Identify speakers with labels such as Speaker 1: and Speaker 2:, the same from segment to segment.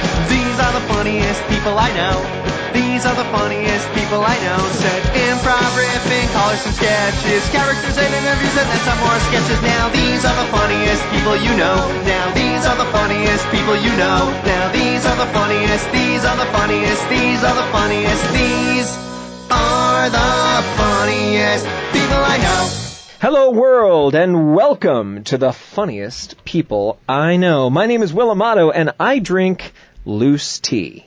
Speaker 1: are the funniest people I know. These are the funniest people I know. Said improv riffing, callers some sketches, characters and interviews, and then some more sketches. Now these are the funniest people you know. Now these are the funniest people you know. Now these are the funniest. These are the funniest. These are the funniest. These are the funniest people I know.
Speaker 2: Hello world and welcome to the funniest people I know. My name is Will Amato and I drink loose tea.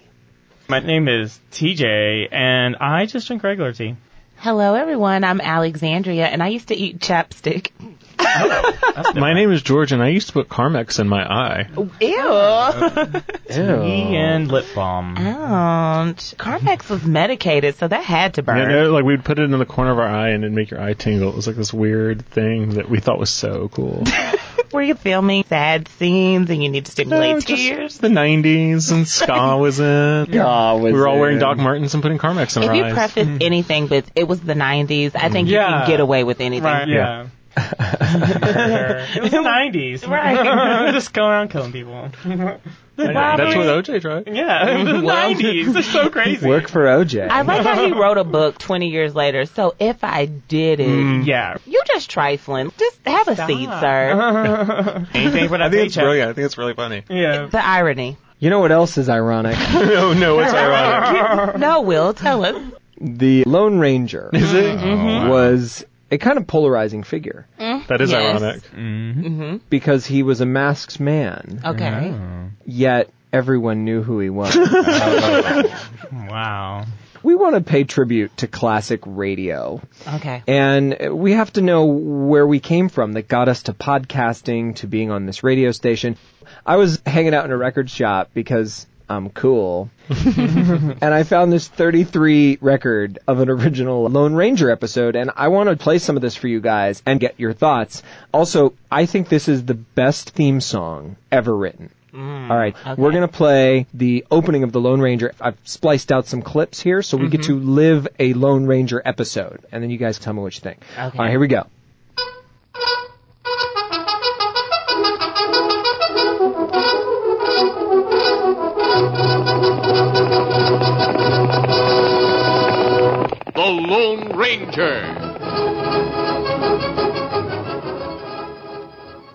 Speaker 3: My name is TJ, and I just drink regular tea.
Speaker 4: Hello, everyone. I'm Alexandria, and I used to eat chapstick.
Speaker 5: My name is George, and I used to put Carmex in my eye.
Speaker 4: Ew.
Speaker 5: Oh.
Speaker 3: Tea and lip balm.
Speaker 4: Ouch. Carmex was medicated, so that had to burn.
Speaker 5: You know, uh, like we'd put it in the corner of our eye, and it'd make your eye tingle. It was like this weird thing that we thought was so cool.
Speaker 4: Were you filming sad scenes and you need to stimulate
Speaker 5: No, just
Speaker 4: tears?
Speaker 5: the '90s and ska was in.
Speaker 2: Ska was
Speaker 5: we were all wearing
Speaker 2: in.
Speaker 5: Doc Martens and putting Carmex in
Speaker 4: If
Speaker 5: our
Speaker 4: you
Speaker 5: eyes.
Speaker 4: preface anything with it was the 90s, I think you
Speaker 3: Yeah.
Speaker 4: can get away with anything.
Speaker 3: Right. Yeah. it was the 90s.
Speaker 4: Right.
Speaker 3: We're just going around killing people.
Speaker 5: That- That's what OJ tried.
Speaker 3: Yeah, it was the 90s. It's so crazy.
Speaker 2: Work for OJ.
Speaker 4: I like how he wrote a book 20 years later. So if I did it,
Speaker 3: Yeah.
Speaker 4: you just trifling. Just have a seat, sir.
Speaker 3: Anything for that
Speaker 5: I think it's
Speaker 3: paycheck.
Speaker 5: brilliant. I think it's really funny.
Speaker 3: Yeah.
Speaker 4: The irony.
Speaker 2: You know what else is ironic?
Speaker 5: no, no, it's ironic.
Speaker 4: No, Will, tell us.
Speaker 2: the Lone Ranger
Speaker 5: Is it?
Speaker 4: Mm-hmm.
Speaker 2: was a kind of polarizing figure
Speaker 5: Oh, That is
Speaker 4: Yes.
Speaker 5: ironic.
Speaker 2: because he was a masked man,
Speaker 4: Okay.
Speaker 2: yet everyone knew who he was.
Speaker 3: Wow.
Speaker 2: we want to pay tribute to classic radio.
Speaker 4: Okay.
Speaker 2: And we have to know where we came from that got us to podcasting, to being on this radio station. I was hanging out in a record shop because I'm cool. and I found this 33 record of an original Lone Ranger episode, and I want to play some of this for you guys and get your thoughts. Also, I think this is the best theme song ever written. All right, we're gonna play the opening of the Lone Ranger. I've spliced out some clips here, so we get to live a Lone Ranger episode, and then you guys tell me what you think. Okay. All right, here we go.
Speaker 6: The Lone Ranger.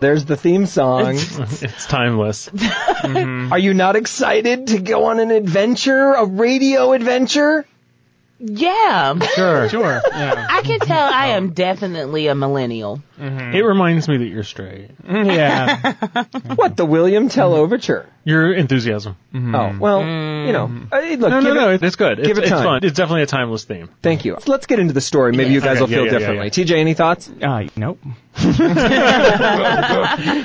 Speaker 2: There's the theme song.
Speaker 5: It's timeless.
Speaker 2: Are you not excited to go on an adventure, a radio adventure?
Speaker 4: Yeah.
Speaker 5: Sure, sure.
Speaker 4: I can tell I am definitely a millennial.
Speaker 5: It reminds me that you're straight.
Speaker 3: Yeah.
Speaker 2: What the William Tell Overture?
Speaker 5: Your enthusiasm.
Speaker 2: Oh well, you know. uh, look, give
Speaker 5: Mm-hmm. No, no,
Speaker 2: it-
Speaker 5: no. It's good. It's,
Speaker 2: it
Speaker 5: it's
Speaker 2: time.
Speaker 5: fun. It's definitely a timeless theme.
Speaker 2: Thank you. Let's get into the story. Maybe you guys
Speaker 5: Okay,
Speaker 2: will
Speaker 5: yeah,
Speaker 2: feel
Speaker 5: yeah, yeah,
Speaker 2: differently.
Speaker 5: yeah.
Speaker 2: TJ, any thoughts?
Speaker 3: Uh, nope.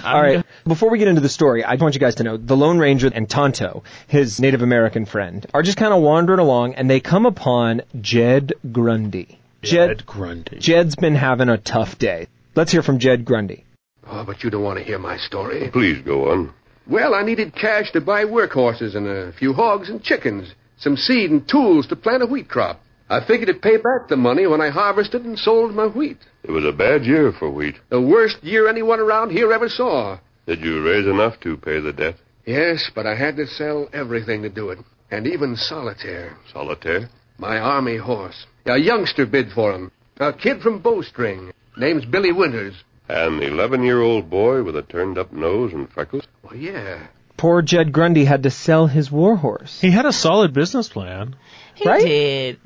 Speaker 2: All right. Before we get into the story, I want you guys to know the Lone Ranger and Tonto, his Native American friend, are just kind of wandering along and they come upon Jed Grundy. Jed,
Speaker 5: Grundy.
Speaker 2: Jed's been having a tough day. Let's hear from Jed Grundy.
Speaker 7: Oh, but you don't want to hear my story.
Speaker 8: Please go on.
Speaker 7: Well, I needed cash to buy workhorses and a few hogs and chickens, some seed and tools to plant a wheat crop. I figured to pay back the money when I harvested and sold my wheat.
Speaker 8: It was a bad year for wheat.
Speaker 7: The worst year anyone around here ever saw.
Speaker 8: Did you raise enough to pay the debt?
Speaker 7: Yes, but I had to sell everything to do it, and even solitaire.
Speaker 8: Solitaire?
Speaker 7: My army horse. A youngster bid for him. A kid from Bowstring. Name's Billy Winters.
Speaker 8: An 11 year old boy with a turned up nose and freckles?
Speaker 7: Well, yeah.
Speaker 2: Poor Jed Grundy had to sell his warhorse.
Speaker 5: He had a solid business plan.
Speaker 4: He
Speaker 2: Right?
Speaker 4: did.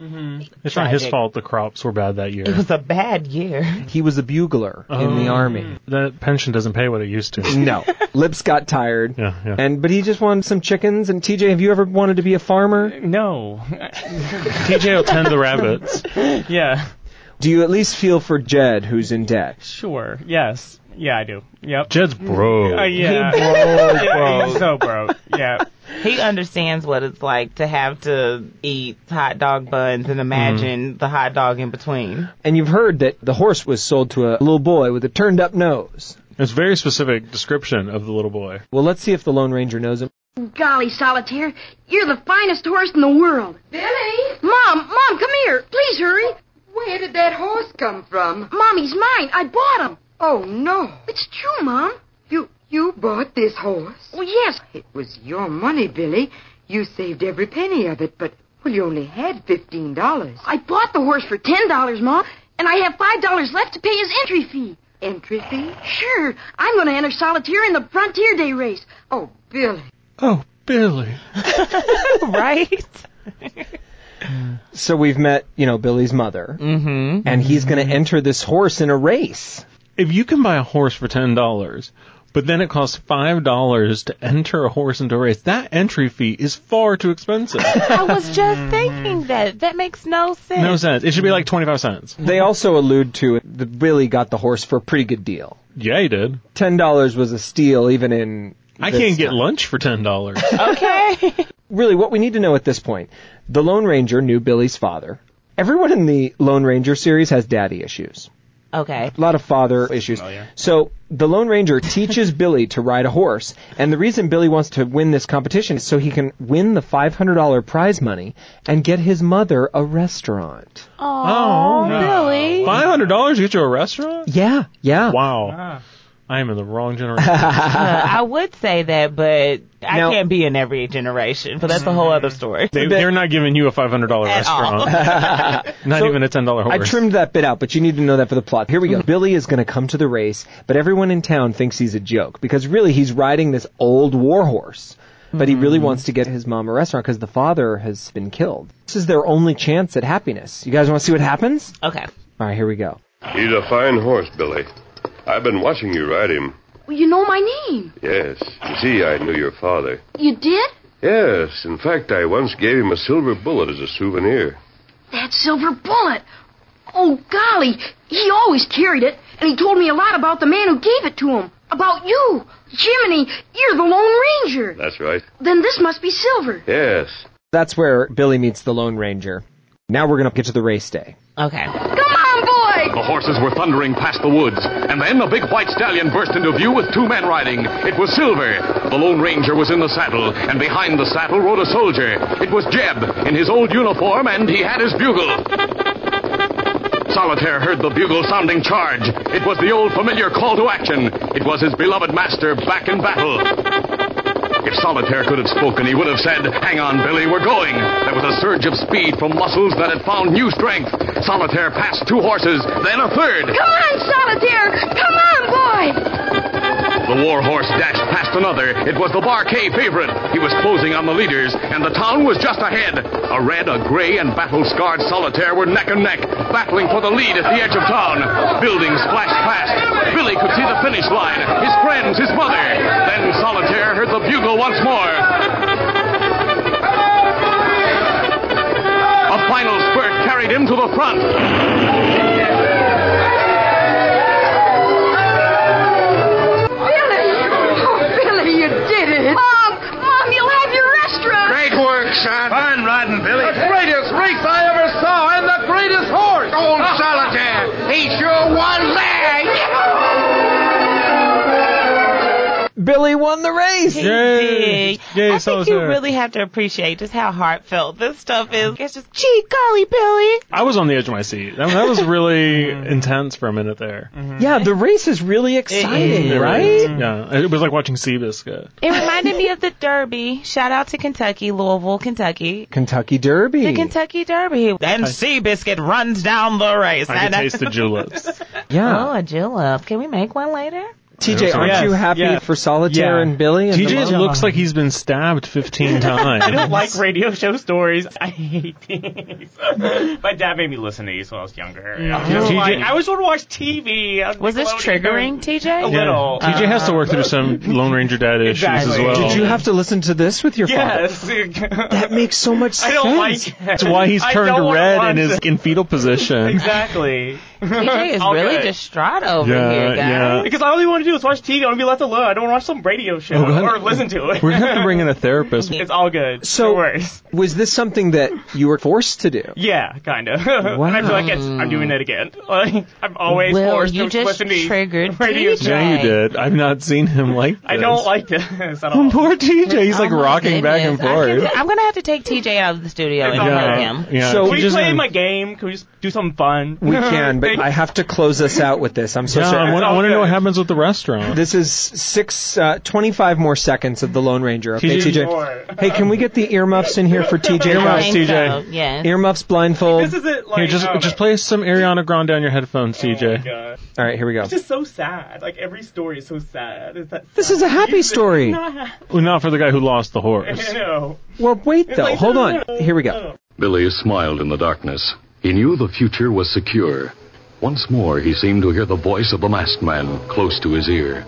Speaker 5: It's not his
Speaker 4: Tragic.
Speaker 5: fault the crops were bad that year.
Speaker 4: It was a bad year.
Speaker 2: He was a bugler in the army.
Speaker 5: That pension doesn't pay what it used to.
Speaker 2: No. Lips got tired.
Speaker 5: Yeah, yeah.
Speaker 2: And but he just wanted some chickens and TJ, have you ever wanted to be a farmer?
Speaker 3: No.
Speaker 5: TJ will tend the rabbits.
Speaker 3: Yeah.
Speaker 2: Do you at least feel for Jed who's in debt?
Speaker 3: Sure. Yes. Yeah, I do. Yep.
Speaker 5: Jed's broke.
Speaker 3: Uh, yeah. yeah, he's so broke. Yeah.
Speaker 4: He understands what it's like to have to eat hot dog buns and imagine the hot dog in between.
Speaker 2: And you've heard that the horse was sold to a little boy with a turned up nose.
Speaker 5: It's a very specific description of the little boy.
Speaker 2: Well, let's see if the Lone Ranger knows him.
Speaker 9: Golly, Solitaire, you're the finest horse in the world. Billy! Mom, Mom, come here. Please hurry. Where did that horse come from? Mommy's mine. I bought him. Oh, no. It's true, Mom. You You bought this horse? Well, yes. It was your money, Billy. You saved every penny of it, but, well, you only had $15. I bought the horse for $10, Ma, and I have $5 left to pay his entry fee. Entry fee? Sure. I'm going to enter solitaire in the Frontier Day race. Oh, Billy.
Speaker 5: Oh, Billy.
Speaker 4: right?
Speaker 2: So we've met, you know, Billy's mother, mm-hmm. and he's going to enter this horse in a race.
Speaker 5: If you can buy a horse for ten dollars, but then it costs five dollars to enter a horse into a race, that entry fee is far too expensive.
Speaker 4: I was just thinking that. That makes no sense.
Speaker 5: no sense. It should be like twenty five cents.
Speaker 2: They also allude to that Billy got the horse for a pretty good deal.
Speaker 5: Yeah, he did.
Speaker 2: Ten dollars was a steal, even in.
Speaker 5: I
Speaker 2: this
Speaker 5: can't get
Speaker 2: time.
Speaker 5: lunch for ten dollars.
Speaker 4: Okay.
Speaker 2: Really, what we need to know at this point: the Lone Ranger knew Billy's father. Everyone in the Lone Ranger series has daddy issues.
Speaker 4: okay.
Speaker 2: a lot of father issues. So the Lone Ranger teaches Billy to ride a horse, and the reason Billy wants to win this competition is so he can win the $500 prize money and get his mother a restaurant.
Speaker 5: oh,
Speaker 4: Billy.
Speaker 5: five hundred dollars get you a restaurant?
Speaker 2: Yeah, yeah.
Speaker 5: Wow, I am in the wrong generation.
Speaker 4: Uh, I would say that, but I
Speaker 2: Now-
Speaker 4: can't be in every generation, but that's a whole other story.
Speaker 5: they, they're not giving you a five hundred dollar
Speaker 4: At all.
Speaker 5: restaurant. not even a ten dollar horse.
Speaker 2: I trimmed that bit out, but you need to know that for the plot. Here we go. Billy is going to come to the race, but everyone in town thinks he's a joke because really he's riding this old war horse. But he really wants to get his mom a restaurant because the father has been killed. This is their only chance at happiness. You guys want to see what happens?
Speaker 4: Okay.
Speaker 2: All right, here we go.
Speaker 8: He's a fine horse, Billy. I've been watching you ride him.
Speaker 9: Well, you know my name.
Speaker 8: Yes. You see, I knew your father.
Speaker 9: You did?
Speaker 8: Yes. In fact, I once gave him a silver bullet as a souvenir.
Speaker 9: That silver bullet. Oh, golly. He always carried it, and he told me a lot about the man who gave it to him. About you. Jiminy, you're the Lone Ranger.
Speaker 8: That's right.
Speaker 9: Then this must be silver.
Speaker 8: Yes.
Speaker 2: That's where Billy meets the Lone Ranger. Now we're going to get to the race day.
Speaker 4: Okay.
Speaker 9: Come on, boy!
Speaker 6: The horses were thundering past the woods, and then a big white stallion burst into view with two men riding. It was Silver. The Lone Ranger was in the saddle, and behind the saddle rode a soldier. It was Jeb, in his old uniform, and he had his bugle. Solitaire heard the bugle sounding charge. It was the old familiar call to action. It was his beloved master back in battle. If Solitaire could have spoken, he would have said, Hang on, Billy, we're going. There was a surge of speed from muscles that had found new strength. Solitaire passed two horses, then a third.
Speaker 9: Come on, Solitaire! Come on, boy!
Speaker 6: The war horse dashed past another. It was the Barquet favorite. He was closing on the leaders, and the town was just ahead. A red, a gray, and battle-scarred solitaire were neck and neck, battling for the lead at the edge of town. Buildings flashed past. Billy could see the finish line. His friends, his mother. Then solitaire heard the bugle once more. A final spurt carried him to the front.
Speaker 9: Billy! Oh, Billy, you did it! Mom! Mom, you'll have your restaurant!
Speaker 6: Great work, son. Fine riding, Billy. The greatest race I ever saw, and the greatest horse. Old solitaire. He sure won that.
Speaker 2: Billy won the race!
Speaker 4: Dig.
Speaker 5: Yay! Yay,
Speaker 4: I think you
Speaker 5: solitaire.
Speaker 4: really have to appreciate just how heartfelt this stuff is. It's just, gee, golly, Billy.
Speaker 5: I was on the edge of my seat. That, that was really
Speaker 3: Mm-hmm.
Speaker 5: intense for a minute there.
Speaker 2: Yeah, the race is really exciting,
Speaker 5: It
Speaker 2: right?
Speaker 5: was- Yeah, it was like watching Seabiscuit.
Speaker 4: It reminded me of the Derby. Shout out to Kentucky, Louisville, Kentucky.
Speaker 2: Kentucky Derby.
Speaker 4: The Kentucky Derby. Then Seabiscuit runs down the race.
Speaker 5: I could
Speaker 4: And I-
Speaker 5: taste the juleps.
Speaker 2: yeah.
Speaker 4: Oh, a julep. Can we make one later?
Speaker 2: TJ, aren't
Speaker 5: Yes,
Speaker 2: you happy
Speaker 3: yeah.
Speaker 2: for Solitaire
Speaker 3: Yeah.
Speaker 2: and Billy? And the
Speaker 5: TJ
Speaker 2: mom?
Speaker 5: looks like he's been stabbed 15 times.
Speaker 3: I don't like radio show stories. I hate these. Mm. My dad made me listen to these when I was younger. I was just
Speaker 5: Yeah.
Speaker 3: like,
Speaker 5: TJ
Speaker 3: I always want to watch TV. on
Speaker 4: Was this
Speaker 3: Nickelodeon.
Speaker 4: triggering,
Speaker 3: A
Speaker 4: TJ?
Speaker 5: Yeah.
Speaker 3: little.
Speaker 5: TJ has to work through some Lone Ranger dad issues as
Speaker 3: Exactly.
Speaker 5: well.
Speaker 2: Did you have to listen to this with your father?
Speaker 3: Oh. Yes.
Speaker 2: That makes so much
Speaker 3: I don't
Speaker 2: sense.
Speaker 3: like it.
Speaker 5: That's why he's
Speaker 3: I
Speaker 5: turned
Speaker 3: don't wanna
Speaker 5: red
Speaker 3: watch
Speaker 5: and is
Speaker 3: it.
Speaker 5: in fetal position.
Speaker 3: Exactly.
Speaker 4: TJ is
Speaker 3: All
Speaker 4: really
Speaker 3: good.
Speaker 4: distraught over
Speaker 5: Yeah,
Speaker 4: here, guys.
Speaker 5: yeah.
Speaker 3: Because all you want to do is watch TV. I want to be left alone. I don't want to watch some radio show
Speaker 5: Oh, God.
Speaker 3: or listen to it.
Speaker 5: We're gonna have to bring in a therapist.
Speaker 3: it's all good.
Speaker 2: So-
Speaker 3: no worries.
Speaker 2: Was this something that you were forced to do?
Speaker 3: Yeah, kind of. and I feel like it's, I'm doing it again. Like, I'm always
Speaker 4: Will,
Speaker 3: forced
Speaker 4: you
Speaker 3: to
Speaker 4: just
Speaker 3: listen to these
Speaker 4: triggered
Speaker 3: radio
Speaker 4: TJ.
Speaker 3: shows.
Speaker 5: Yeah, you did. I've not seen him like this.
Speaker 3: I don't like this at all.
Speaker 5: Oh, poor TJ. He's like
Speaker 4: Oh my
Speaker 5: rocking back and
Speaker 4: goodness. I
Speaker 5: forth.
Speaker 4: am gonna have to take TJ out of the studio and
Speaker 3: Yeah.
Speaker 4: yeah.
Speaker 5: Yeah,
Speaker 4: him.
Speaker 5: yeah.
Speaker 2: So-
Speaker 5: He
Speaker 3: Can we
Speaker 5: just-
Speaker 3: play my game? Can we just do something fun?
Speaker 2: We can, but I have to close us out with this. I'm so
Speaker 5: Yeah, I
Speaker 2: sorry.
Speaker 5: want, I want to know
Speaker 3: Okay.
Speaker 5: what happens with the restaurant.
Speaker 2: This is six, uh, 25 more seconds of the Lone Ranger. Okay,
Speaker 5: TJ.
Speaker 2: TJ. Hey, can we get the earmuffs in here for TJ?
Speaker 5: Earmuffs,
Speaker 4: I think
Speaker 5: TJ.
Speaker 4: So. Yes.
Speaker 2: Earmuffs, blindfold.
Speaker 3: This isn't like
Speaker 5: Here, just
Speaker 3: um,
Speaker 5: just play some Ariana Grande on your headphones,
Speaker 3: Oh my
Speaker 5: CJ.
Speaker 3: God.
Speaker 2: All right, here we go.
Speaker 3: It's just so sad. Like every story is so sad. It's that
Speaker 2: This is a happy story.
Speaker 5: Well, Not for the guy who lost the horse.
Speaker 3: I know.
Speaker 2: Well, wait though.
Speaker 3: like-
Speaker 2: Hold on. Here we go.
Speaker 6: Billy smiled in the darkness. He knew the future was secure. Once more, he seemed to hear the voice of the masked man close to his ear.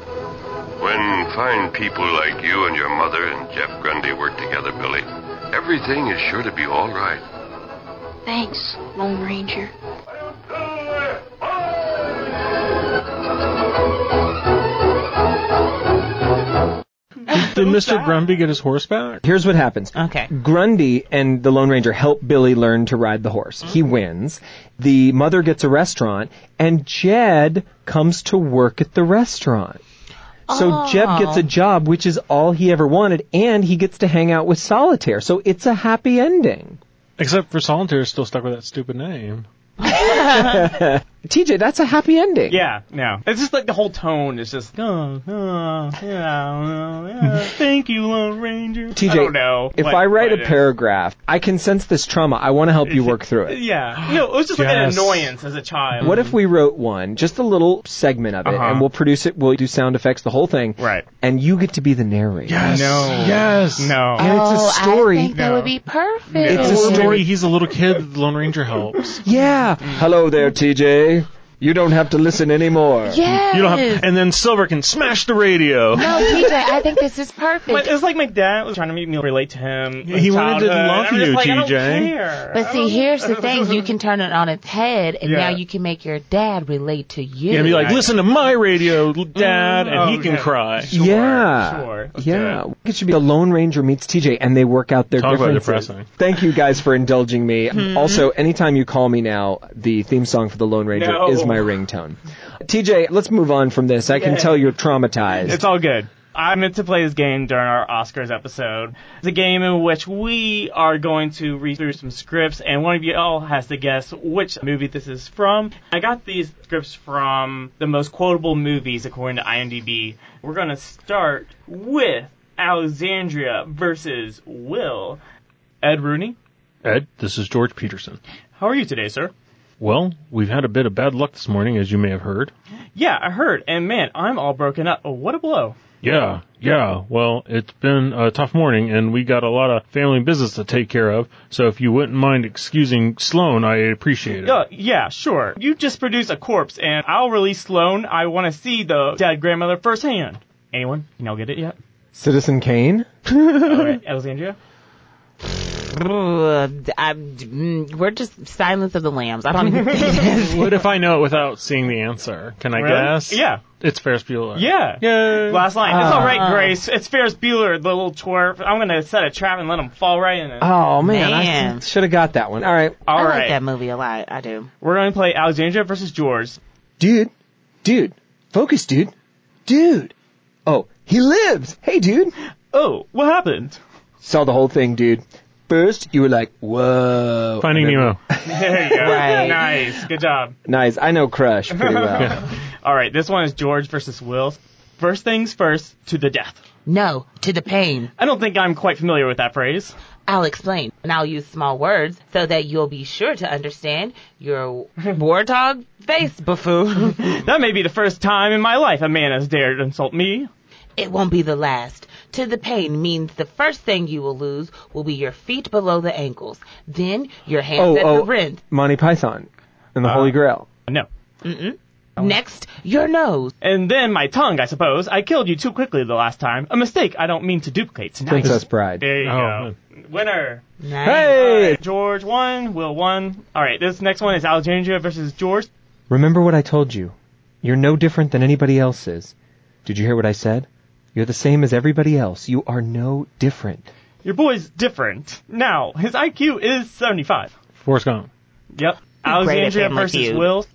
Speaker 8: When fine people like you and your mother and Jeff Grundy work together, Billy, everything is sure to be all right.
Speaker 10: Thanks, Lone Ranger.
Speaker 5: Did Mr. Grundy get his horse back?
Speaker 2: Here's what happens.
Speaker 4: Okay.
Speaker 2: Grundy and the Lone Ranger help Billy learn to ride the horse. He
Speaker 3: Mm-hmm.
Speaker 2: wins. The mother gets a restaurant, and Jed comes to work at the restaurant. So
Speaker 3: Oh.
Speaker 2: Jeb gets a job, which is all he ever wanted, and he gets to hang out with Solitaire. So it's a happy ending.
Speaker 5: Except for Solitaire is still stuck with that stupid name.
Speaker 2: TJ, that's a happy ending.
Speaker 3: Yeah, no. It's just like the whole tone is just. Oh, oh, yeah, oh, yeah. Thank you, Lone Ranger.
Speaker 2: TJ,
Speaker 3: I don't know.
Speaker 2: if
Speaker 3: what-
Speaker 2: I write
Speaker 3: what it
Speaker 2: a
Speaker 3: is.
Speaker 2: paragraph, I can sense this trauma. I want to help you work through it.
Speaker 3: Yeah. No, it was just like an
Speaker 5: Yes.
Speaker 3: annoyance as a child.
Speaker 2: What if we wrote one, just a little segment of it,
Speaker 3: Uh-huh.
Speaker 2: and we'll produce it, we'll do sound effects, the whole thing.
Speaker 3: Right.
Speaker 2: And you get to be the narrator.
Speaker 3: No.
Speaker 5: Yes.
Speaker 3: No.
Speaker 2: And it's a story.
Speaker 10: I think that
Speaker 3: No.
Speaker 10: would be perfect.
Speaker 2: It's a
Speaker 5: Or
Speaker 2: story.
Speaker 5: maybe he's a little kid. The Lone Ranger helps.
Speaker 2: Yeah. Hello there, TJ. You don't have to listen anymore.
Speaker 10: Yes.
Speaker 5: You don't have, and then Silver can smash the radio.
Speaker 10: No, TJ, I think this is perfect.
Speaker 3: But it was like my dad was trying to make me relate to him.
Speaker 5: Yeah, he
Speaker 3: with
Speaker 5: wanted to
Speaker 3: childhood.
Speaker 5: love
Speaker 3: I'm just
Speaker 5: you,
Speaker 3: like, I don't
Speaker 5: TJ.
Speaker 3: care. I
Speaker 10: But see,
Speaker 3: don't-
Speaker 10: here's the thing: you can turn it on its head, and
Speaker 3: Yeah.
Speaker 10: now you can make your dad relate to you.
Speaker 5: And be like, listen to my radio, Dad, and he
Speaker 3: Oh,
Speaker 5: can
Speaker 3: yeah.
Speaker 5: cry.
Speaker 3: Sure,
Speaker 2: yeah.
Speaker 3: Sure.
Speaker 2: Yeah. It should be a Lone Ranger meets TJ and they work out their
Speaker 5: Talk about
Speaker 2: differences.
Speaker 5: depressing.
Speaker 2: Thank you guys for indulging me. Also, anytime you call me now, the theme song for the Lone Ranger
Speaker 3: No.
Speaker 2: is my ringtone. TJ, let's move on from this. I can tell you're traumatized.
Speaker 3: It's all good. I meant to play this game during our Oscars episode. It's a game in which we are going to read through some scripts, and one of you all has to guess which movie this is from. I got these scripts from the most quotable movies according to IMDb. We're going to start with Alexandria versus Will. Ed Rooney,
Speaker 5: Ed, this is George Peterson.
Speaker 3: how are you today, sir?
Speaker 5: Well, we've had a bit of bad luck this morning, as you may have heard.
Speaker 3: Yeah, I heard, and man, I'm all broken up. Oh, what a blow.
Speaker 5: Yeah, yeah. Well, it's been a tough morning, and we got a lot of family business to take care of. So if you wouldn't mind excusing Sloan, I appreciate it.
Speaker 3: Uh, yeah, sure. You just produce a corpse, and I'll release Sloan. I want to see the dead grandmother firsthand. Anyone? Can y'all get it yet?
Speaker 2: Citizen Kane?
Speaker 3: All right, Alexandria?
Speaker 4: Uh, I, mm, we're just Silence of the Lambs. I don't even think this.
Speaker 5: What if I know it without seeing the answer? Can I
Speaker 3: Really?
Speaker 5: guess?
Speaker 3: Yeah.
Speaker 5: It's Ferris Bueller.
Speaker 3: Yeah.
Speaker 5: Yay.
Speaker 3: Last line. it's all
Speaker 4: Ah.
Speaker 3: right, Grace. It's Ferris Bueller, the little twerp. I'm going to set a trap and let him fall right in it.
Speaker 2: Oh, man. I
Speaker 4: Man.
Speaker 2: should have got that one. All right.
Speaker 3: all
Speaker 4: Ah. I like
Speaker 3: right.
Speaker 4: that movie a lot. I do.
Speaker 3: We're going to play Alexandria versus George.
Speaker 2: dude, dude, focus, dude, dude. Oh, he lives. Hey, dude.
Speaker 3: Oh, what happened?
Speaker 2: Saw the whole thing, dude. First, you were like, whoa.
Speaker 5: Finding Nemo.
Speaker 3: There you go.
Speaker 4: Right.
Speaker 3: Nice. Good job.
Speaker 2: Nice. I know Crush pretty well.
Speaker 3: All right, this one is George versus Will. First things first, to the death.
Speaker 4: No, to the pain.
Speaker 3: I don't think I'm quite familiar with that phrase.
Speaker 4: I'll explain, and I'll use small words so that you'll be sure to understand your war dog face, buffoon.
Speaker 3: That may be the first time in my life a man has dared insult me.
Speaker 4: It won't be the last. To the pain means the first thing you will lose will be your feet below the ankles, then your hands
Speaker 2: Oh,
Speaker 4: at
Speaker 2: oh.
Speaker 4: the wrist.
Speaker 2: Monty Python and
Speaker 3: Uh-huh.
Speaker 2: the Holy Grail.
Speaker 3: No.
Speaker 4: Next, your nose.
Speaker 3: And then my tongue, I suppose. I killed you too quickly the last time. A mistake I don't mean to duplicate tonight.
Speaker 2: Princess Bride.
Speaker 3: There you
Speaker 5: Oh,
Speaker 3: go. Winner.
Speaker 4: Nice.
Speaker 2: Hey!
Speaker 3: George won. Will won. All right, this next one is Alexandria versus George.
Speaker 2: Remember what I told you. You're no different than anybody else is. Did you hear what I said? You're the same as everybody else. You are no different.
Speaker 3: Your boy's different. Now, his IQ is 75.
Speaker 5: Forrest Gump.
Speaker 3: Yep. Alexandria
Speaker 4: Family
Speaker 3: versus
Speaker 4: Feud.
Speaker 3: Will.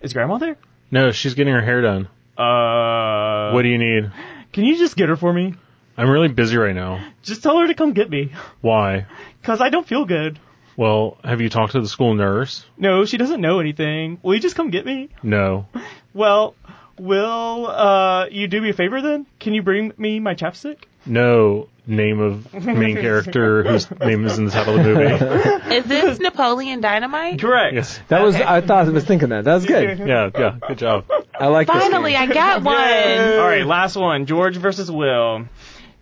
Speaker 3: Is grandmother?
Speaker 5: No, she's getting her hair done.
Speaker 3: Uh.
Speaker 5: What do you need?
Speaker 3: Can you just get her for me?
Speaker 5: I'm really busy right now.
Speaker 3: Just tell her to come get me.
Speaker 5: Why?
Speaker 3: Cause I don't feel good.
Speaker 5: Well, have you talked to the school nurse?
Speaker 3: No, she doesn't know anything. Will you just come get me?
Speaker 5: No.
Speaker 3: Well, will uh, you do me a favor then? Can you bring me my chapstick?
Speaker 5: No name of main character whose name is in the title of the movie.
Speaker 10: Is this Napoleon Dynamite?
Speaker 3: Correct.
Speaker 5: Yes.
Speaker 2: That was I thought I was thinking that. That was good.
Speaker 5: Yeah, yeah. Good job.
Speaker 2: I like this.
Speaker 10: Finally, I got one.
Speaker 3: All right, last one. George versus Will.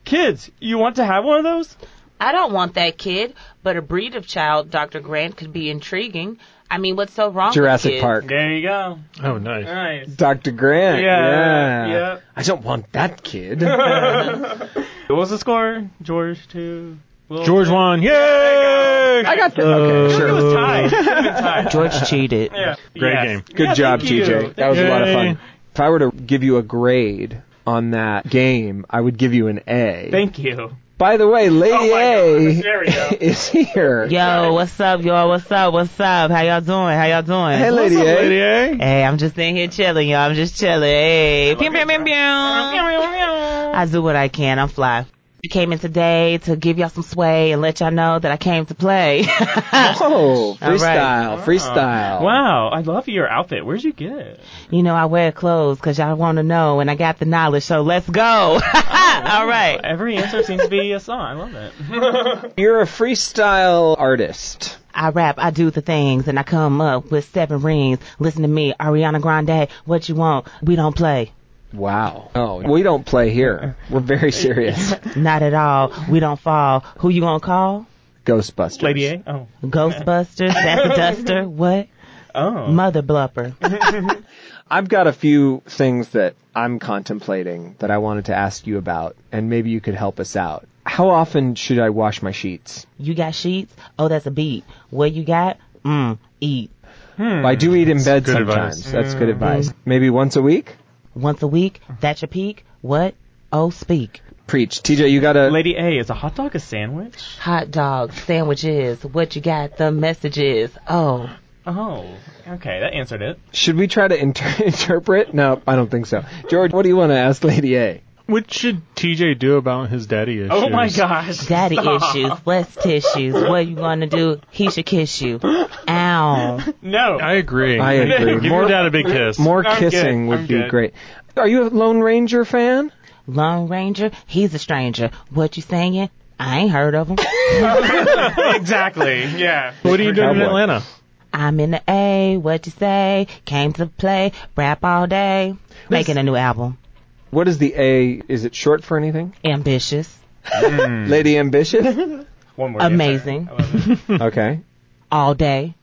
Speaker 3: Kids, you want to have one of those?
Speaker 10: I don't want that kid, but a breed of child, Dr. Grant, could be intriguing. I mean, what's so wrong with
Speaker 2: Jurassic
Speaker 10: kids?
Speaker 2: Park.
Speaker 3: There you go.
Speaker 5: Oh, nice.
Speaker 3: Nice.
Speaker 2: Dr. Grant.
Speaker 3: Yeah,
Speaker 2: Yeah.
Speaker 3: yeah.
Speaker 2: I don't want that kid.
Speaker 3: What was the score? George two. Will
Speaker 5: George won. Yay! Uh,
Speaker 2: I got the Okay,
Speaker 3: It was
Speaker 2: sure.
Speaker 3: tied. It was tied.
Speaker 4: George cheated.
Speaker 3: Yeah.
Speaker 5: Great
Speaker 3: Yes.
Speaker 5: game.
Speaker 2: Good
Speaker 3: Yeah,
Speaker 2: job,
Speaker 3: thank you.
Speaker 2: TJ. That was a lot of
Speaker 5: Yay.
Speaker 2: fun. If I were to give you a grade on that game, I would give you an A.
Speaker 3: Thank you.
Speaker 2: By the way, Lady
Speaker 3: Oh my goodness, there we go.
Speaker 2: A is here.
Speaker 4: Yo, what's up, y'all? What's up? What's up? How y'all doing? How y'all doing?
Speaker 2: Hey, Lady A.
Speaker 4: Hey, I'm just in here chilling, y'all. I'm just chilling. Hey, pew, pew, pew, pew. I do what I can. I'm fly. I came in today to give y'all some sway and let y'all know that I came to play.
Speaker 2: Oh,
Speaker 4: All right.
Speaker 2: freestyle,
Speaker 3: Uh-huh.
Speaker 2: freestyle.
Speaker 3: Wow, I love your outfit. Where'd you get it?
Speaker 4: you know, I wear clothes 'cause y'all want to know and I got the knowledge, so let's go. All right.
Speaker 3: Every answer seems to be a song. I love it.
Speaker 2: You're a freestyle artist.
Speaker 4: I rap, I do the things, and I come up with seven rings. Listen to me, Ariana Grande, what you want? We don't play.
Speaker 2: Wow. Oh, we don't play here. We're very serious.
Speaker 4: Not at all. We don't fall. Who you gonna call?
Speaker 2: Ghostbusters.
Speaker 3: Lady A. Oh.
Speaker 4: Ghostbusters? That's a duster? What?
Speaker 3: Oh.
Speaker 4: Mother blubber.
Speaker 2: I've got a few things that I'm contemplating that I wanted to ask you about, and maybe you could help us out. How often should I wash my sheets?
Speaker 4: You got sheets? Oh, that's a beat. What you got? Mm, eat.
Speaker 2: I do eat in bed
Speaker 5: good
Speaker 2: sometimes.
Speaker 5: advice.
Speaker 2: That's good advice. Maybe once a week?
Speaker 4: Once a week? That's your peak? What? Oh, speak.
Speaker 2: Preach. TJ, you gotta.
Speaker 3: Lady A, is a hot dog a sandwich?
Speaker 4: Hot dogs, sandwiches, what you got? The messages. Oh.
Speaker 3: Oh. Okay, that answered it.
Speaker 2: Should we try to inter- interpret? No, I don't think so. George, what do you want to ask Lady A?
Speaker 5: What should TJ do about his daddy issues?
Speaker 3: Oh my gosh.
Speaker 4: Daddy
Speaker 3: Stop.
Speaker 4: issues, what's tissues? What you gonna do? He should kiss you. Ow.
Speaker 3: No.
Speaker 5: I agree.
Speaker 2: I agree.
Speaker 5: Give
Speaker 2: More-
Speaker 5: your dad a big kiss.
Speaker 2: More
Speaker 3: I'm good.
Speaker 2: kissing would
Speaker 3: I'm
Speaker 2: be
Speaker 3: good.
Speaker 2: great. Are you a Lone Ranger fan?
Speaker 4: Lone Ranger, he's a stranger. What you saying? I ain't heard of him.
Speaker 3: exactly. Yeah.
Speaker 5: what are you doing in
Speaker 2: Cowboy.
Speaker 5: Atlanta?
Speaker 4: I'm in the A, what you say? Came to play, rap all day. Making a new album.
Speaker 2: What is the A? Is it short for anything?
Speaker 4: Ambitious.
Speaker 2: Lady Ambition?
Speaker 3: One more.
Speaker 4: Amazing.
Speaker 2: okay.
Speaker 4: All day.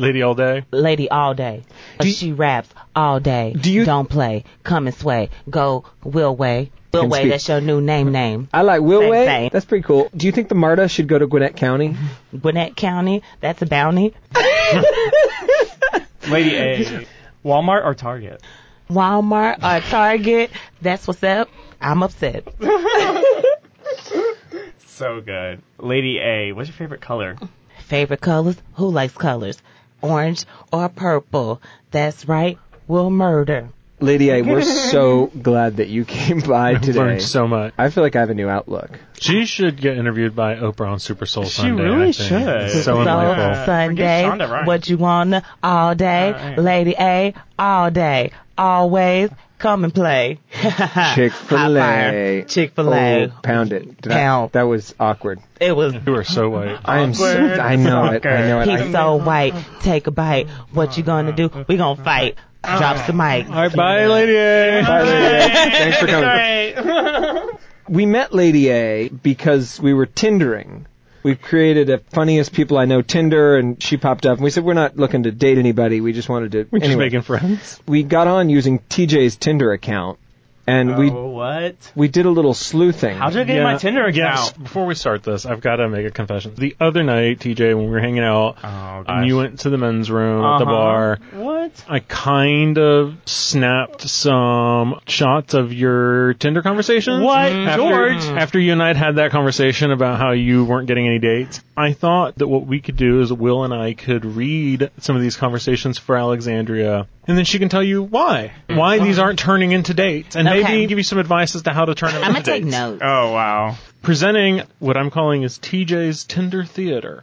Speaker 5: Lady all day.
Speaker 4: Lady all day.
Speaker 2: Do you-
Speaker 4: she raps all day.
Speaker 2: Do you-
Speaker 4: Don't play. Come and sway. Go Will Way. Will
Speaker 2: Can
Speaker 4: Way,
Speaker 2: speak.
Speaker 4: that's your new name name.
Speaker 2: I like Will
Speaker 4: Same,
Speaker 2: Way.
Speaker 4: same.
Speaker 2: That's pretty cool. Do you think the MARTA should go to Gwinnett County?
Speaker 4: Gwinnett County, that's a bounty.
Speaker 3: Lady A. Walmart or Target?
Speaker 4: Walmart or Target, that's what's up. I'm upset.
Speaker 3: So good. Lady A, what's your favorite color?
Speaker 4: Favorite colors? Who likes colors? Orange or purple? That's right. We'll murder.
Speaker 2: Lady A, we're so glad that you came by today.
Speaker 5: Learned so much.
Speaker 2: I feel like I have a new outlook.
Speaker 5: She should get interviewed by Oprah on Super Soul
Speaker 3: She
Speaker 5: Sunday.
Speaker 3: really
Speaker 5: I think.
Speaker 3: should.
Speaker 5: It's so
Speaker 4: So
Speaker 5: enlightening.
Speaker 4: Sunday,
Speaker 3: Shonda Rhimes.
Speaker 4: what you wanna? All day,
Speaker 3: All right.
Speaker 4: Lady A, all day, always. Come and play.
Speaker 2: Chick fil A.
Speaker 4: Chick Fil A.
Speaker 2: Oh, pound it. Did I-
Speaker 4: Pound.
Speaker 2: that was awkward.
Speaker 4: It was.
Speaker 5: You are so white.
Speaker 2: I am so,
Speaker 3: Awkward.
Speaker 2: I know it. I know it.
Speaker 4: He's
Speaker 2: I,
Speaker 4: so white. Take a bite. What you gonna do? We gonna fight. Drops the mic.
Speaker 5: All right, bye, Lady A.
Speaker 2: Bye, Lady A. Thanks for coming. We met Lady A because we were Tindering. We created a funniest people I know Tinder, and she popped up. And we said we're not looking to date anybody. We just wanted to.
Speaker 5: We're just
Speaker 2: anyway.
Speaker 5: making friends.
Speaker 2: we got on using TJ's Tinder account, and we
Speaker 3: Oh, what?
Speaker 2: we did a little sleuthing.
Speaker 3: How did I get my Tinder account?
Speaker 5: Yes. Before we start this, I've got to make a confession. The other night, TJ, when we were hanging out,
Speaker 3: Oh, gosh.
Speaker 5: and you went to the men's room at
Speaker 3: Uh-huh.
Speaker 5: the bar.
Speaker 3: What?
Speaker 5: I kind of snapped some shots of your Tinder conversations.
Speaker 3: What?
Speaker 5: After,
Speaker 3: George?
Speaker 5: After you and I had had that conversation about how you weren't getting any dates, I thought that what we could do is Will and I could read some of these conversations for Alexandria, and then she can tell you why.
Speaker 3: Mm-hmm.
Speaker 5: Why these aren't turning into dates, and
Speaker 4: Okay.
Speaker 5: maybe give you some advice as to how to turn them
Speaker 4: I'm gonna
Speaker 5: into
Speaker 4: take
Speaker 5: dates.
Speaker 4: notes.
Speaker 3: Oh, wow.
Speaker 5: Presenting what I'm calling is TJ's Tinder Theater.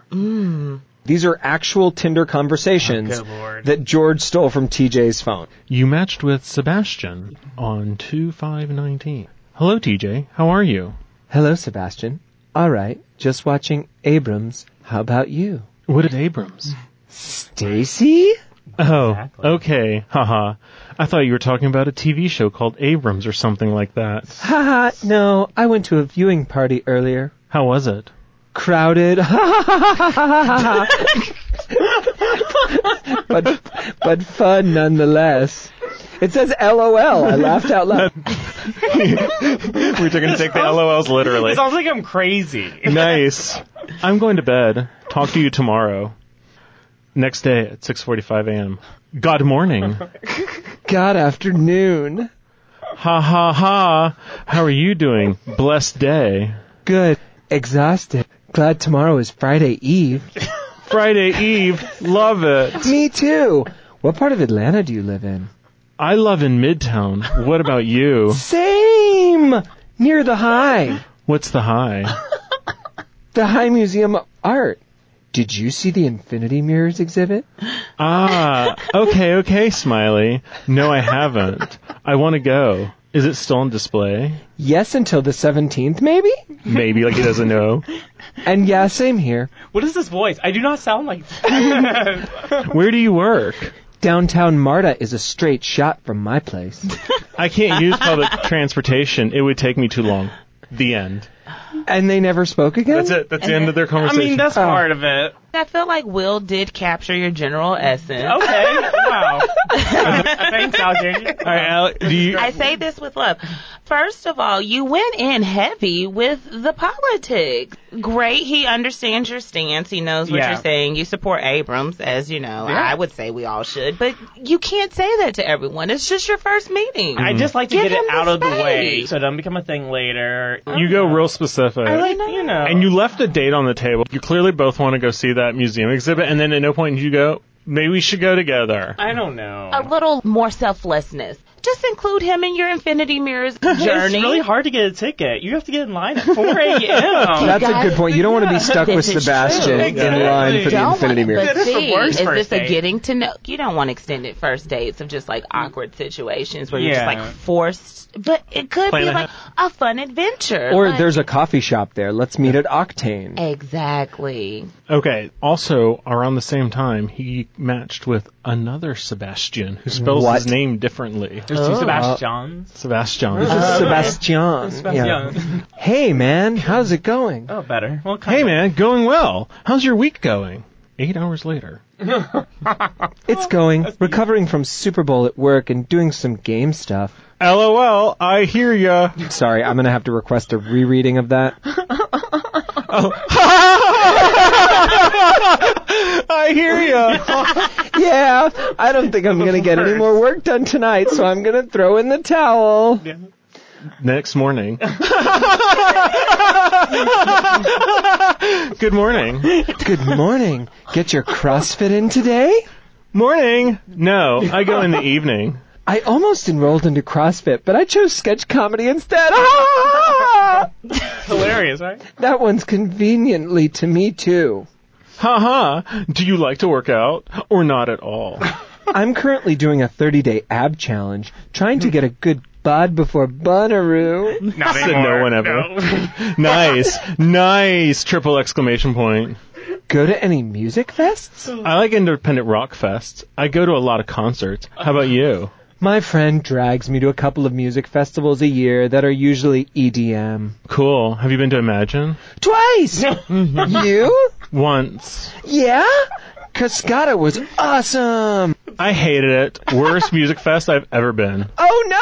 Speaker 2: These are actual Tinder
Speaker 5: Oh,
Speaker 2: conversations
Speaker 3: good lord.
Speaker 2: that George stole from TJ's phone.
Speaker 5: You matched with Sebastian on 2519. Hello, TJ. How are you?
Speaker 2: Hello, Sebastian. All right, just watching Abrams. How about you?
Speaker 5: What is Abrams?
Speaker 2: Stacy?
Speaker 5: Oh,
Speaker 3: Exactly.
Speaker 5: okay. Haha. I thought you were talking about a TV show called Abrams or something like that.
Speaker 2: Haha, no, I went to a viewing party earlier.
Speaker 5: How was it?
Speaker 2: Crowded. but but fun nonetheless. It says LOL. I laughed out loud.
Speaker 5: We're going to take the LOLs literally.
Speaker 3: It sounds like I'm crazy.
Speaker 5: nice. I'm going to bed. Talk to you tomorrow. Next day at 6:45 a.m. God morning.
Speaker 2: God afternoon.
Speaker 5: Ha ha ha. How are you doing? Blessed day.
Speaker 2: Good. Exhausted. Glad tomorrow is Friday Eve.
Speaker 5: Friday Eve. Love it.
Speaker 2: Me too. What part of Atlanta do you live in?
Speaker 5: I love in Midtown. What about you?
Speaker 2: Same! Near the High.
Speaker 5: What's the high?
Speaker 2: The High Museum of Art. Did you see the Infinity Mirrors exhibit?
Speaker 5: Ah, okay, okay, Smiley. No, I haven't. I want to go. Is it still on display?
Speaker 2: Yes, until the 17th, maybe?
Speaker 5: Maybe, like he doesn't know.
Speaker 2: And yeah, same here.
Speaker 3: What is this voice? I do not sound like that.
Speaker 5: Where do you work?
Speaker 2: Downtown Marta is a straight shot from my place.
Speaker 5: I can't use public transportation. It would take me too long. The end.
Speaker 2: And they never spoke again?
Speaker 5: That's it. That's the end of their
Speaker 3: I
Speaker 5: conversation.
Speaker 3: mean, that's
Speaker 10: Oh.
Speaker 3: part of it.
Speaker 10: I feel like Will did capture your general essence.
Speaker 3: Okay. Wow. Thanks, Alger.
Speaker 5: All right, Alec, do you,
Speaker 10: I say this with love. First of all, you went in heavy with the politics. Great, he understands your stance. He knows what
Speaker 3: Yeah.
Speaker 10: you're saying. You support Abrams, as you know, I would say we all should, but you can't say that to everyone. It's just your first meeting.
Speaker 3: I just like to
Speaker 10: Give
Speaker 3: get it
Speaker 10: him
Speaker 3: out
Speaker 10: the
Speaker 3: of the way
Speaker 10: space.
Speaker 3: so it doesn't become a thing later.
Speaker 5: you go real specific.
Speaker 3: I like, you know.
Speaker 5: and you left a date on the table. You clearly both want to go see that museum exhibit, and then at no point you go, maybe we should go together.
Speaker 3: I don't know.
Speaker 10: a little more selflessness. Just include him in your infinity mirrors journey.
Speaker 3: It's really hard to get a ticket. You have to get in line at 4 a.m.
Speaker 2: That's a good point. You don't want to be stuck with Sebastian in line for the
Speaker 10: Don't
Speaker 2: Infinity
Speaker 10: want-
Speaker 2: Mirrors.
Speaker 10: But
Speaker 3: That is the
Speaker 10: see,
Speaker 3: worst
Speaker 10: is this
Speaker 3: first
Speaker 10: a
Speaker 3: date.
Speaker 10: getting to know? You don't want extended first dates of just like awkward situations where you're
Speaker 3: Yeah.
Speaker 10: just like forced. But it could
Speaker 5: Plan
Speaker 10: be
Speaker 5: ahead.
Speaker 10: like a fun adventure.
Speaker 2: Or
Speaker 10: like-
Speaker 2: there's a coffee shop there. Let's meet at Octane.
Speaker 10: exactly.
Speaker 5: Okay. Also, around the same time, he matched with another Sebastian who spells
Speaker 2: What?
Speaker 5: his name differently.
Speaker 3: There's two Sebastians.
Speaker 5: Sebastian.
Speaker 2: Sebastian. Yeah.
Speaker 3: Sebastian.
Speaker 2: Hey, man, how's it going?
Speaker 3: Oh, better. Well, kind
Speaker 5: hey,
Speaker 3: of.
Speaker 5: man, going well. How's your week going? Eight hours later.
Speaker 2: It's going. Recovering from Super Bowl at work and doing some game stuff.
Speaker 5: LOL, I hear ya.
Speaker 2: Sorry, I'm going to have to request a rereading of that. Oh.
Speaker 5: I hear ya.
Speaker 2: Yeah, I don't think I'm going to get any more work done tonight, so I'm going to throw in the towel.
Speaker 5: Next morning. Good morning.
Speaker 2: Good morning. Get your CrossFit in today?
Speaker 5: Morning. No, I go in the evening.
Speaker 2: I almost enrolled into CrossFit, but I chose sketch comedy instead. Ah!
Speaker 3: Hilarious, right?
Speaker 2: That one's conveniently to me too.
Speaker 5: Haha. Do you like to work out or not at all?
Speaker 2: I'm currently doing a 30-day ab challenge, trying to get a good bud before Bunaroo.
Speaker 3: Not
Speaker 5: Said no one ever. nice, nice. Triple exclamation point.
Speaker 2: Go to any music fests?
Speaker 5: I like independent rock fests. I go to a lot of concerts. How about you?
Speaker 2: My friend drags me to a couple of music festivals a year that are usually E EDM.
Speaker 5: Cool. Have you been to Imagine?
Speaker 2: Twice! you?
Speaker 5: Once.
Speaker 2: Yeah? Cascada was awesome!
Speaker 5: I hated it. Worst music fest I've ever been.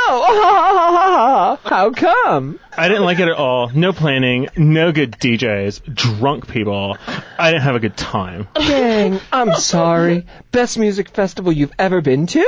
Speaker 2: Oh no! How come?
Speaker 5: I didn't like it at all. No planning, no good DJs, drunk people. I didn't have a good time.
Speaker 2: Dang, I'm sorry. Best music festival you've ever been to?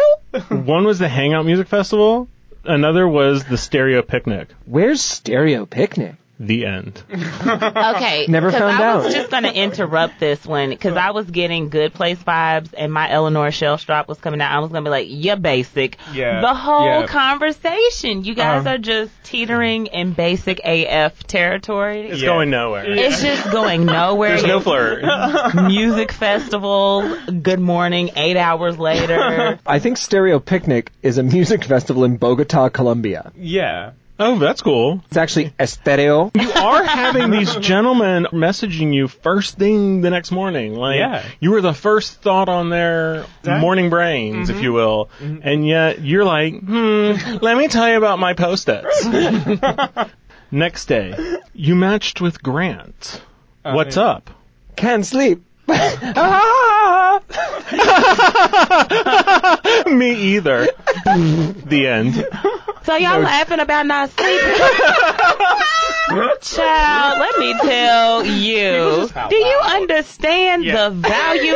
Speaker 5: One was the Hangout Music Festival. Another was the Stereo Picnic.
Speaker 2: Where's Stereo Picnic?
Speaker 5: The end.
Speaker 4: Okay.
Speaker 2: Never
Speaker 4: 'cause
Speaker 2: found
Speaker 4: I
Speaker 2: out.
Speaker 4: was just going to interrupt this one because I was getting good place vibes and my Eleanor Shellstrop was coming out. I was going to be like, you're basic.
Speaker 3: Yeah,
Speaker 4: The whole
Speaker 3: yeah.
Speaker 4: conversation. You guys
Speaker 3: Uh-huh.
Speaker 4: are just teetering in basic AF territory.
Speaker 5: It's
Speaker 3: Yeah.
Speaker 5: going nowhere.
Speaker 4: It's just going nowhere.
Speaker 5: There's no flirt.
Speaker 4: music festival. Good morning. Eight hours later.
Speaker 2: I think Stereo Picnic is a music festival in Bogota, Colombia.
Speaker 3: Yeah.
Speaker 5: Oh, that's cool.
Speaker 2: It's actually Estereo.
Speaker 5: You are having these gentlemen messaging you first thing the next morning. Like
Speaker 3: Yeah.
Speaker 5: you were the first thought on their morning brains,
Speaker 3: Mm-hmm.
Speaker 5: if you will. And yet you're like, hmm, let me tell you about my post its. next day. You matched with Grant. What's
Speaker 3: Oh, yeah.
Speaker 5: up?
Speaker 2: Can't sleep.
Speaker 5: Me either. the end.
Speaker 4: so y'all laughing about not sleeping. Child, let me tell you.
Speaker 3: how
Speaker 4: Do you
Speaker 3: loud.
Speaker 4: understand
Speaker 3: Yeah.
Speaker 4: the value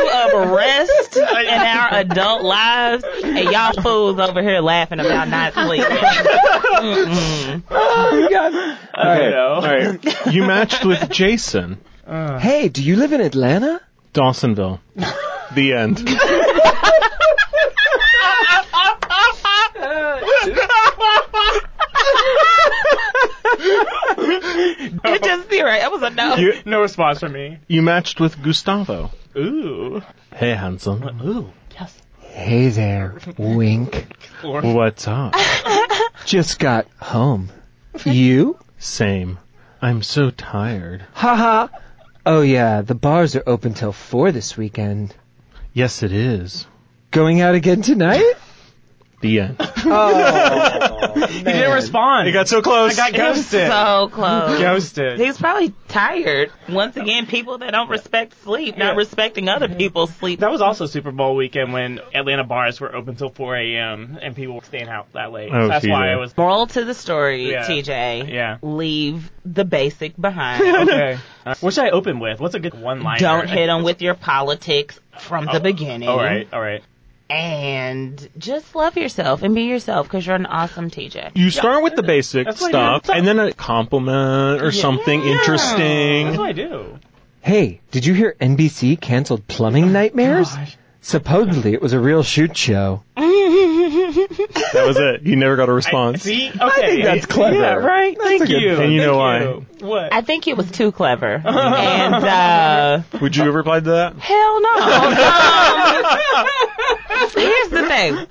Speaker 4: of rest in our adult lives? And y'all fools over here laughing about not sleeping.
Speaker 2: Oh my god.
Speaker 3: You know?
Speaker 5: All right. You matched with Jason
Speaker 2: Hey, do you live in Atlanta?
Speaker 5: Dawsonville. The end.
Speaker 4: It just zero. That was a no.
Speaker 5: You,
Speaker 3: No response from me.
Speaker 5: you matched with Gustavo.
Speaker 3: Ooh.
Speaker 5: Hey, handsome.
Speaker 3: Ooh. Yes.
Speaker 2: Hey there, wink.
Speaker 5: What's up?
Speaker 2: Just got home. You?
Speaker 5: Same. I'm so tired.
Speaker 2: Haha. Oh yeah, the bars are open till four this weekend.
Speaker 5: Yes, it is.
Speaker 2: Going out again tonight?
Speaker 5: The end.
Speaker 3: He didn't respond.
Speaker 5: You got so close.
Speaker 3: I got
Speaker 4: It was
Speaker 3: ghosted.
Speaker 4: so close.
Speaker 3: ghosted.
Speaker 4: He's probably tired. Once again, people that don't respect sleep,
Speaker 3: Yeah.
Speaker 4: not respecting other people's sleep.
Speaker 3: That was also Super Bowl weekend when Atlanta bars were open till 4 a.m. and people were staying out that late.
Speaker 5: Oh,
Speaker 3: so that's
Speaker 5: TJ.
Speaker 3: why I was.
Speaker 4: Moral to the story,
Speaker 3: Yeah.
Speaker 4: TJ.
Speaker 3: Yeah.
Speaker 4: Leave the basic behind.
Speaker 3: Okay. Uh, what should I open with? What's a good one liner?
Speaker 4: don't hit them with your politics from the beginning.
Speaker 3: Oh, All right. All right.
Speaker 4: And just love yourself and be yourself because you're an awesome TJ.
Speaker 5: You start with the basic
Speaker 3: That's what I
Speaker 5: stuff,
Speaker 3: did.
Speaker 5: and then a compliment or something
Speaker 3: That's
Speaker 5: interesting.
Speaker 3: what I do.
Speaker 2: Hey, did you hear NBC canceled Plumbing Nightmares? Supposedly it was a real shoot show.
Speaker 5: That was it. You never got a response.
Speaker 3: See? Okay.
Speaker 2: think that's clever.
Speaker 3: Yeah, right?
Speaker 2: That's a
Speaker 3: Thank
Speaker 2: good
Speaker 3: you.
Speaker 2: thing.
Speaker 5: And you know
Speaker 3: Thank you. What?
Speaker 4: I think it was too clever. and, uh,
Speaker 5: Would you have replied to that?
Speaker 4: Hell no. Um, here's the thing.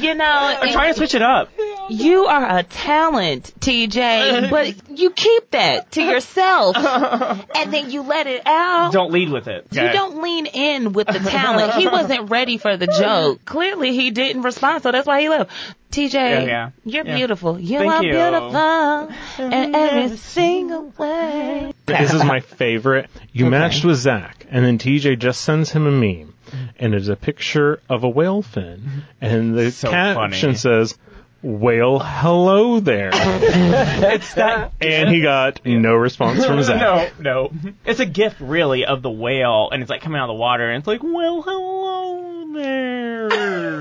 Speaker 4: You know,
Speaker 3: I'm trying to switch it up.
Speaker 4: you are a talent, TJ, but you keep that to yourself and then you let it out.
Speaker 3: Don't lead with it.
Speaker 4: You don't lean in with the talent. He wasn't ready for the joke. Clearly, he didn't respond, so that's why he left. TJ,
Speaker 3: Yeah, yeah.
Speaker 4: you're
Speaker 3: Yeah.
Speaker 4: beautiful. You
Speaker 3: Thank
Speaker 4: are
Speaker 3: you.
Speaker 4: beautiful in every single way.
Speaker 5: This is my favorite. You matched with Zach, and then TJ just sends him a meme, and it's a picture of a whale fin, and the
Speaker 3: So
Speaker 5: caption
Speaker 3: funny.
Speaker 5: says, "Whale, hello there,"
Speaker 3: It's that.
Speaker 5: and he got no response from Zach.
Speaker 3: No, no. It's a gif, really, of the whale, and it's like coming out of the water, and it's like, well, hello there.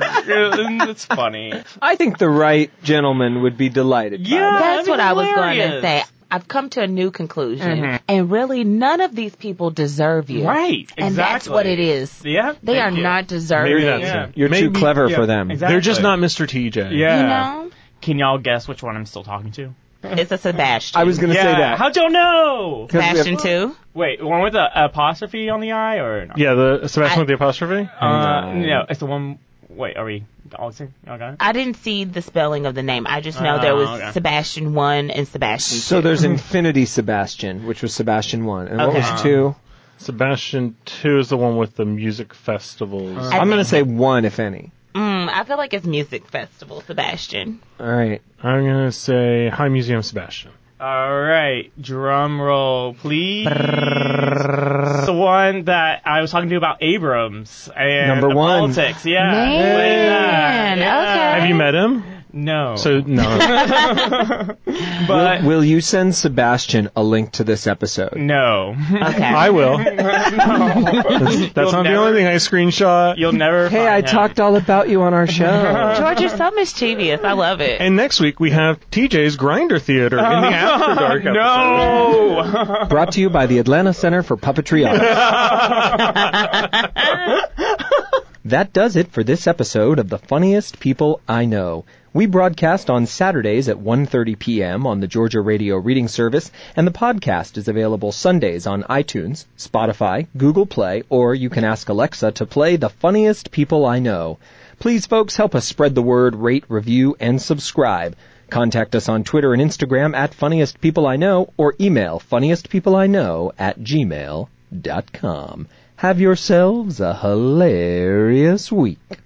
Speaker 3: Yeah, it's funny.
Speaker 2: I think the right gentleman would be delighted. by
Speaker 3: Yeah,
Speaker 2: that.
Speaker 4: That's
Speaker 3: that'd
Speaker 4: what
Speaker 3: be
Speaker 4: I was going to
Speaker 3: hilarious.
Speaker 4: say. I've come to a new conclusion, and really, none of these people deserve you.
Speaker 3: Mm-hmm. Right,
Speaker 4: and that's
Speaker 3: exactly.
Speaker 4: what it is.
Speaker 3: Yeah,
Speaker 4: They
Speaker 3: thank
Speaker 4: are
Speaker 3: you.
Speaker 4: not deserving.
Speaker 5: Maybe that's
Speaker 3: Yeah.
Speaker 5: it.
Speaker 2: You're
Speaker 5: Maybe-
Speaker 2: too clever
Speaker 3: yeah,
Speaker 2: for them.
Speaker 3: exactly.
Speaker 5: They're just not Mr. TJ.
Speaker 3: Yeah.
Speaker 4: You know,
Speaker 3: Can y'all guess which one I'm still talking to?
Speaker 4: it's a Sebastian.
Speaker 2: I was gonna
Speaker 3: yeah.
Speaker 2: say that.
Speaker 3: How'd y'all know?
Speaker 2: 'Cause we have-
Speaker 4: Sebastian too.
Speaker 3: Wait, one with a apostrophe on the I or no?
Speaker 5: Yeah, the Sebastian
Speaker 4: I-
Speaker 5: with the apostrophe.
Speaker 3: Uh, no, it's the one. Wait, are we all the same? Y'all got it?
Speaker 4: I didn't see the spelling of the name. I just know there was
Speaker 3: Oh, okay.
Speaker 4: Sebastian one and Sebastian two.
Speaker 2: So there's
Speaker 3: Mm-hmm.
Speaker 2: Infinity Sebastian, which was Sebastian 1. And what
Speaker 3: Uh-huh.
Speaker 2: was 2?
Speaker 5: Sebastian two is the one with the music festivals.
Speaker 3: Uh.
Speaker 2: I'm going to say 1, if any.
Speaker 4: Mm, I feel like it's music festival, Sebastian.
Speaker 2: All right.
Speaker 5: I'm gonna say High Museum Sebastian.
Speaker 3: All right, drum roll, please. It's the one that I was talking to about Abrams and
Speaker 2: Number
Speaker 3: the
Speaker 2: one.
Speaker 3: politics. Yeah,
Speaker 4: Man,
Speaker 3: Way back. Yeah.
Speaker 4: okay.
Speaker 5: Have you met him?
Speaker 3: No.
Speaker 5: So no,
Speaker 3: but
Speaker 2: Will you send Sebastian a link to this episode?
Speaker 3: no.
Speaker 4: Okay.
Speaker 5: I will.
Speaker 3: That's
Speaker 5: That's not the only thing I screenshot.
Speaker 3: You'll never.
Speaker 2: Hey,
Speaker 3: find
Speaker 2: I
Speaker 3: him.
Speaker 2: talked all about you on our show.
Speaker 4: George, you're so mischievous. I love it.
Speaker 5: And next week we have TJ's Grinder Theater in the After Dark episode.
Speaker 3: No.
Speaker 2: Brought to you by the Atlanta Center for Puppetry Arts. that does it for this episode of The Funniest People I Know. We broadcast on Saturdays at 1:30 p.m. on the Georgia Radio Reading Service, and the podcast is available Sundays on iTunes, Spotify, Google Play, or you can ask Alexa to play The Funniest People I Know. Please, folks, help us spread the word, rate, review, and subscribe. Contact us on Twitter and Instagram at funniestpeopleiknow or email funniestpeopleiknow at gmail.com. Have yourselves a hilarious week.